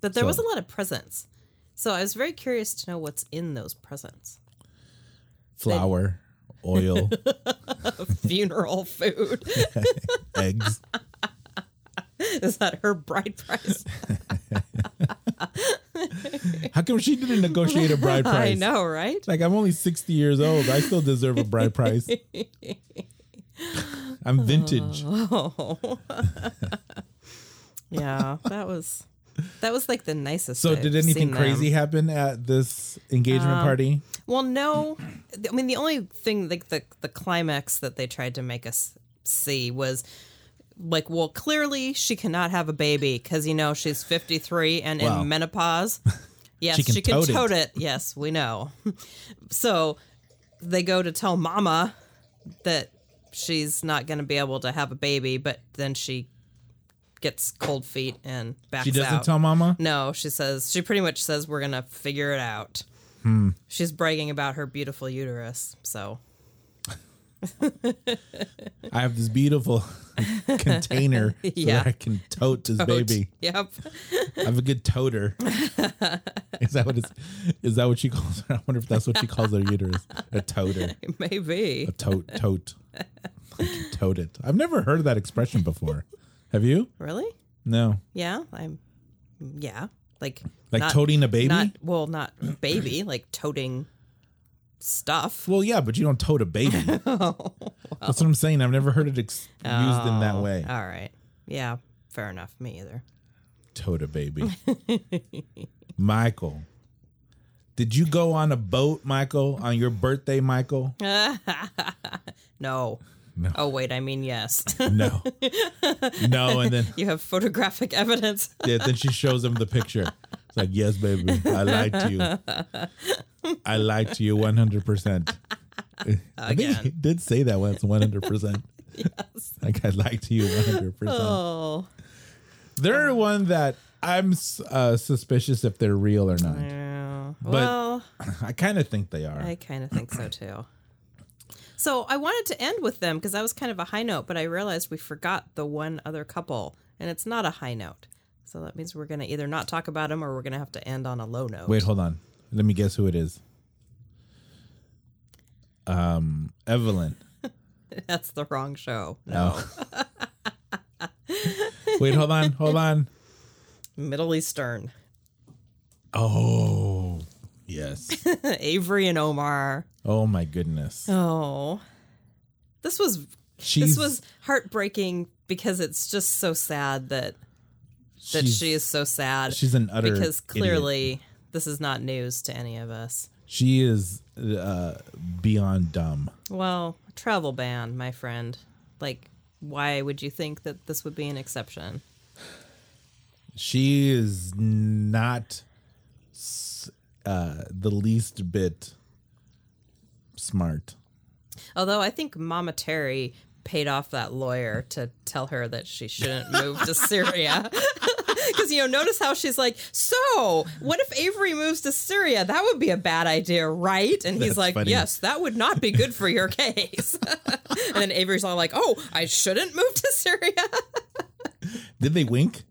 But there was a So- lot of presents. So I was very curious to know what's in those presents. (laughs) Flour, oil, Funeral food. (laughs) eggs. Is that her bride (laughs) price? How come she didn't negotiate a bride price? (laughs) I know, right? Like I'm only 60 years old. I still deserve a bride (laughs) price. I'm vintage. Oh. (laughs) yeah, that was that was like the nicest. So I've did anything seen them. Um, crazy happen at this engagement party? Well, no. I mean, the only thing, like the the climax that they tried to make us see was like, well, clearly she cannot have a baby because you know she's fifty three and Wow. in menopause. (laughs) Yes, She she can can, tote it. tote it. Yes, we know. (laughs) so they go to tell Mama that she's not going to be able to have a baby, but then she gets cold feet and backs She doesn't out. tell mama? No, she says she pretty much says we're gonna figure Hmm. it out. She's bragging about her beautiful uterus, so I have this (laughs) beautiful container Yeah. so that I can tote this baby. (laughs) Yep. I have a good (laughs) toter. is that what it's, is that what she calls her? I wonder if that's what she calls her uterus. A toter. Maybe. A tote tote. I can tote it. I've never heard of that expression before. Have you? Really? No. Yeah. I'm. Yeah. Like. Like not- toting a baby? Not well, not baby. (clears throat) like toting stuff. well, yeah, but you don't tote a baby. That's what I'm saying. I've never heard it ex- used in that Oh, way. All right. Yeah. Fair enough. Me either. Tote a baby. Michael. Did you go on a boat, Michael, on your birthday, Michael? No. No. Oh wait. I mean yes. (laughs) No. no, and then (laughs) you have photographic evidence. yeah, then she shows him the picture. It's like, yes, baby, I lied to you. I lied to you 100%. I think he Again. did say that once 100%. Like, I lied to you 100%. oh. They're one that I'm s- uh, suspicious if they're real or not. Yeah. Well. I kind of think they are. I kind of think so too. So I wanted to end with them because that was kind of a high note, but I realized we forgot the one other couple, and it's not a high note. So that means we're going to either not talk about them or we're going to have to end on a low note. Wait, hold on. Let me guess who it is. Um, Evelyn. (laughs) That's the wrong show. No. Wait, hold on, hold (laughs) on. Middle Eastern. (laughs) Oh, yes. Avery and Omar. Oh my goodness. Oh. This was She's this was heartbreaking because it's just so sad that that she's, she is so sad she's an utter because idiot. clearly this is not news to any of us. she is uh beyond dumb. Well, a travel ban, my friend. Like, why would you think that this would be an exception? She is not s- uh the least bit smart. Although I think Mama Terry paid off that lawyer to tell her that (laughs) she shouldn't move to Syria. (laughs) Because, you know, notice how she's like, so what if Avery moves to Syria? That would be a bad idea, right? And he's That's like, funny. yes, that would not be good for your case. (laughs) and then Avery's all like, oh, I shouldn't move to Syria. (laughs) Did they wink?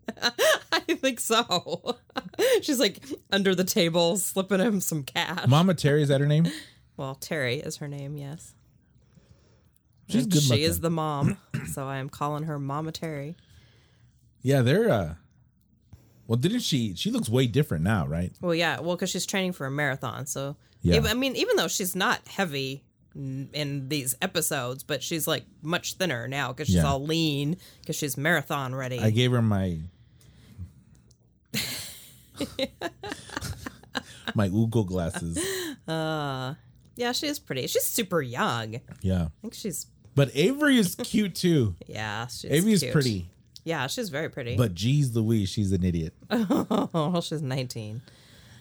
I think so. (laughs) She's like under the table, slipping him some cash. Mama Terry is that her name? Well, Terry is her name, yes. She's And good she looking. is the mom, (clears throat) so I am calling her Mama Terry. Yeah, they're uh well didn't she she looks way different now, right? Well, yeah, well, because she's training for a marathon, so Yeah. Ev- I mean, even though she's not heavy n- in these episodes, but she's like much thinner now because she's Yeah. all lean because she's marathon ready. I gave her (laughs) my my Google glasses. yeah, she is pretty. She's super young. I Yeah. think she's But Avery is cute too. yeah, she's Avery is cute. pretty. Yeah, she's very pretty. But geez Louise, she's an idiot. (laughs) well, she's nineteen,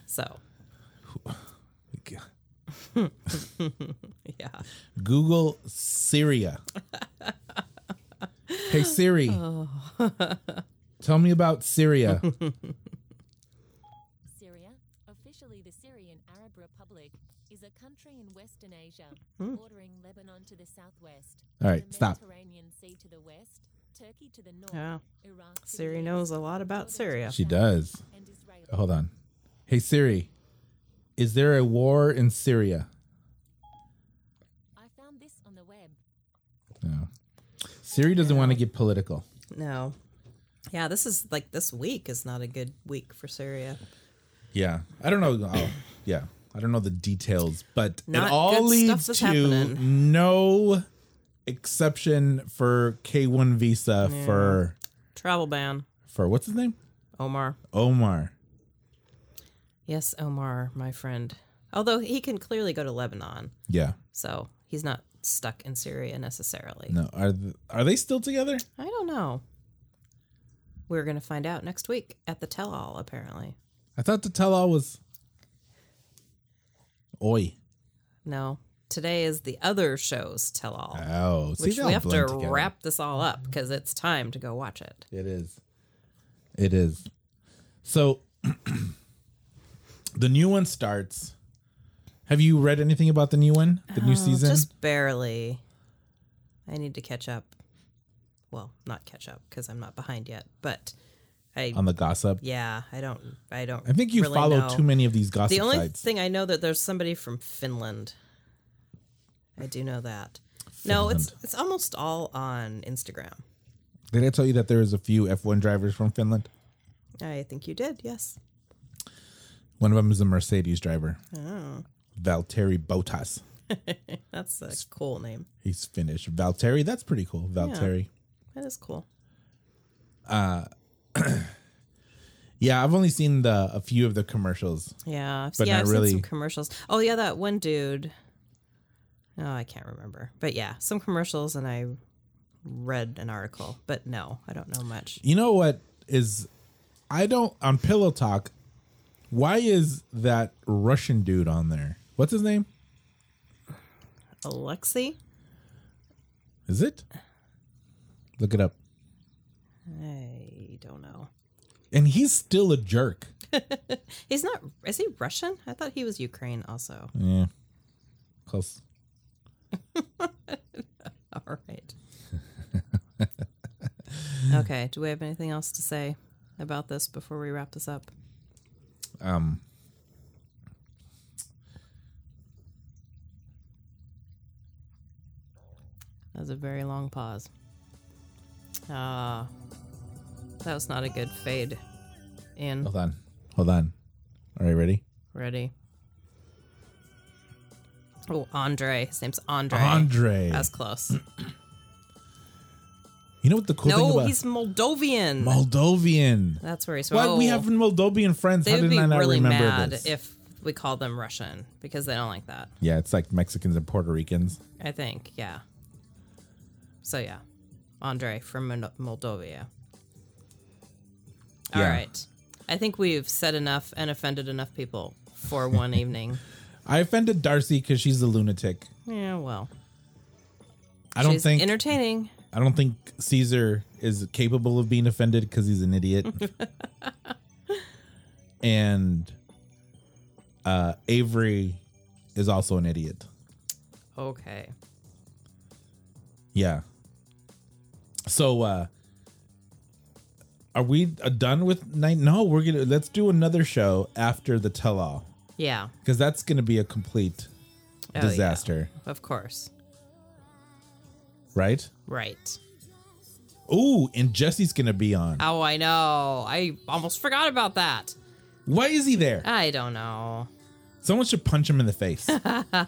so yeah. Google Syria. hey Siri. Oh. Tell me about (laughs) Syria. Syria, officially the Syrian Arab Republic, is a country in Western Asia, Hmm. bordering Lebanon to the southwest. All right, the stop. Mediterranean Sea to the west, Turkey to the north. Yeah. Iraq to Siri the knows east, a lot about Jordan to Syria. the She south, does. And Israel. Hold on. Hey Siri. Is there a war in Syria? I found this on the web. No. Siri doesn't want to get political. No. Yeah, this is like this week is not a good week for Syria. Yeah, I don't know. oh, (coughs) yeah, I don't know the details, but it Not all good stuff leads is to happening. no exception for K one visa for Travel ban. for what's his name Omar. Omar. Yes, Omar, my friend. Although he can clearly go to Lebanon, Yeah, so he's not stuck in Syria necessarily. no, are th- are they still together? I don't know. We're going to find out next week at the tell all, apparently. I thought the tell all was. Oi! No, today is the other show's tell all, Oh, see, which they we all have to blend together. wrap this all up because it's time to go watch it. It is. It is. So (clears throat) the new one Uh, starts. Have you read anything about the new one? The new season? Just barely. I need to catch up. Well, not catch up because I'm not behind yet, but I on the gossip. yeah, I don't I don't Um, I think you really follow know. too many of these gossip The only sites. thing I know that there's somebody from Finland. I do know that. No, it's it's almost all on Instagram. Did I tell you that there is a few F1 drivers from Finland? I think you did. Yes. One of them is a Mercedes driver. Oh. Valteri Botas. That's a cool name. He's Finnish. Valteri, that's pretty cool. Valteri. That is cool. Yeah, I've only seen the a few of the commercials. Yeah, I've, But yeah, not I've really. seen some commercials. Oh yeah, that one dude. Oh, I can't remember, but yeah, some commercials, and I read an article, but no, I don't know much. You know what is I don't on Pillow Talk, why is that Russian dude on there? What's his name? Alexi, Is it? Look it up. I don't know. And he's still a jerk. He's not. Is he Russian? I thought he was Ukraine. Also, (laughs) Yeah. Close. all (laughs) right. okay. Do we have anything else to say about this before we wrap this up? Um, That was a very long pause. Ah, that was not a good fade. In Hold on. Hold on. All right, ready? ready. Oh, Andre. His name's Andre. Andre. That's close. You know what the cool thing no, about he's Moldovan. Moldovian. That's where he's from. Why we Oh, have Moldovian friends? They How would did be I not really remember mad this? if we called them Russian because they don't like that. yeah, it's like Mexicans and Puerto Ricans. I think, yeah. So yeah, Andre from Mon- Moldova. All Yeah. right, I think we've said enough and offended enough people (laughs) for one evening. I offended Darcy because she's a lunatic. Yeah, well, I don't she's think entertaining. I don't think Caesar is capable of being offended because he's an (laughs) idiot. and uh, Avery is also an idiot. Okay, Yeah. So uh are we uh, done with night? No, we're gonna let's do another show after the tell all yeah, because that's gonna be a complete Oh, yeah. disaster, of course, right? right. Ooh, and Jesse's gonna be on. Oh, I know. I almost forgot about that. Why is he there? I don't know. Someone should punch him in the face. I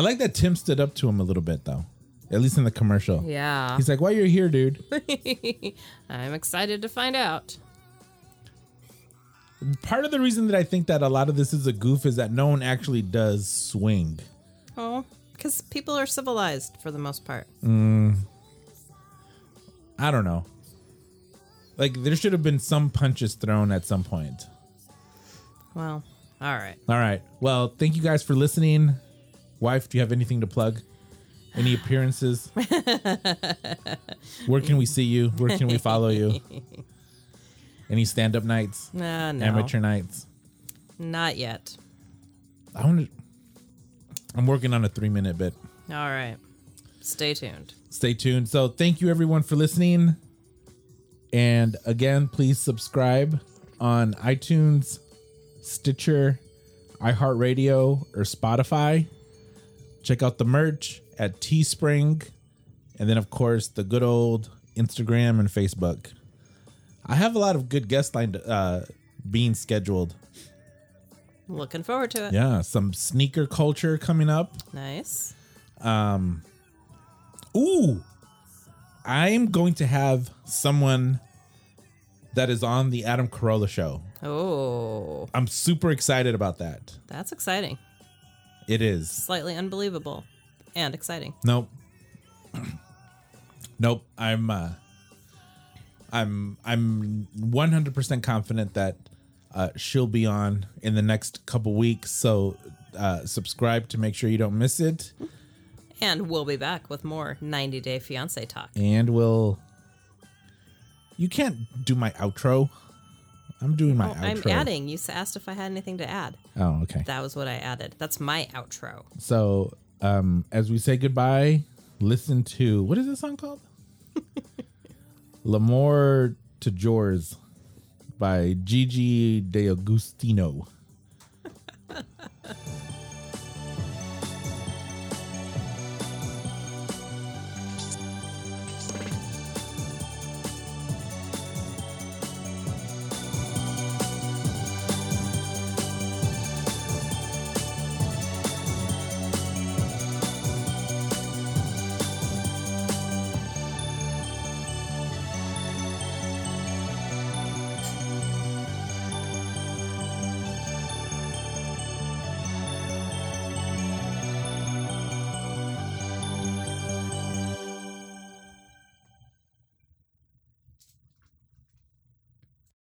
like that Tim stood up to him a little bit though, at least in the commercial. Yeah, He's like, "Why you're here, dude?" (laughs) I'm excited to find out. Part of the reason that I think that a lot of this is a goof is that no one actually does swing. Oh, because people are civilized for the most part. I don't know. Like there should have been some punches thrown at some point. Well, all right. All right. Well, thank you guys for listening. Wife, do you have anything to plug? Any appearances? Where can we see you? Where can we follow you? Any stand-up nights? Nah, no, Amateur nights? not yet. I want to I'm working on a 3-minute bit. All right. Stay tuned. Stay tuned. So, thank you everyone for listening. And again, please subscribe on iTunes, Stitcher, iHeartRadio, or Spotify. Check out the merch at Teespring. And then, of course, the good old Instagram and Facebook. I have a lot of good guest lined uh, being scheduled. Looking forward to it. Yeah, some sneaker culture coming up. Nice. Ooh, I'm going to have someone that is on the Adam Carolla show. Oh, I'm super excited about that. that's exciting. It is. Slightly unbelievable and exciting. Nope. (clears throat) nope. I'm. Uh, I'm. I'm 100% confident that uh, she'll be on in the next couple weeks. So uh, subscribe to make sure you don't miss it, And we'll be back with more 90 Day Fiance talk. and we'll. You can't do my outro. I'm doing my Oh, I'm outro. adding. You s- asked if I had anything to add. Oh, okay. That was what I added. That's my outro. So, um, as we say goodbye, listen to what is this song called? L'amor to Jors by Gigi De Agustino.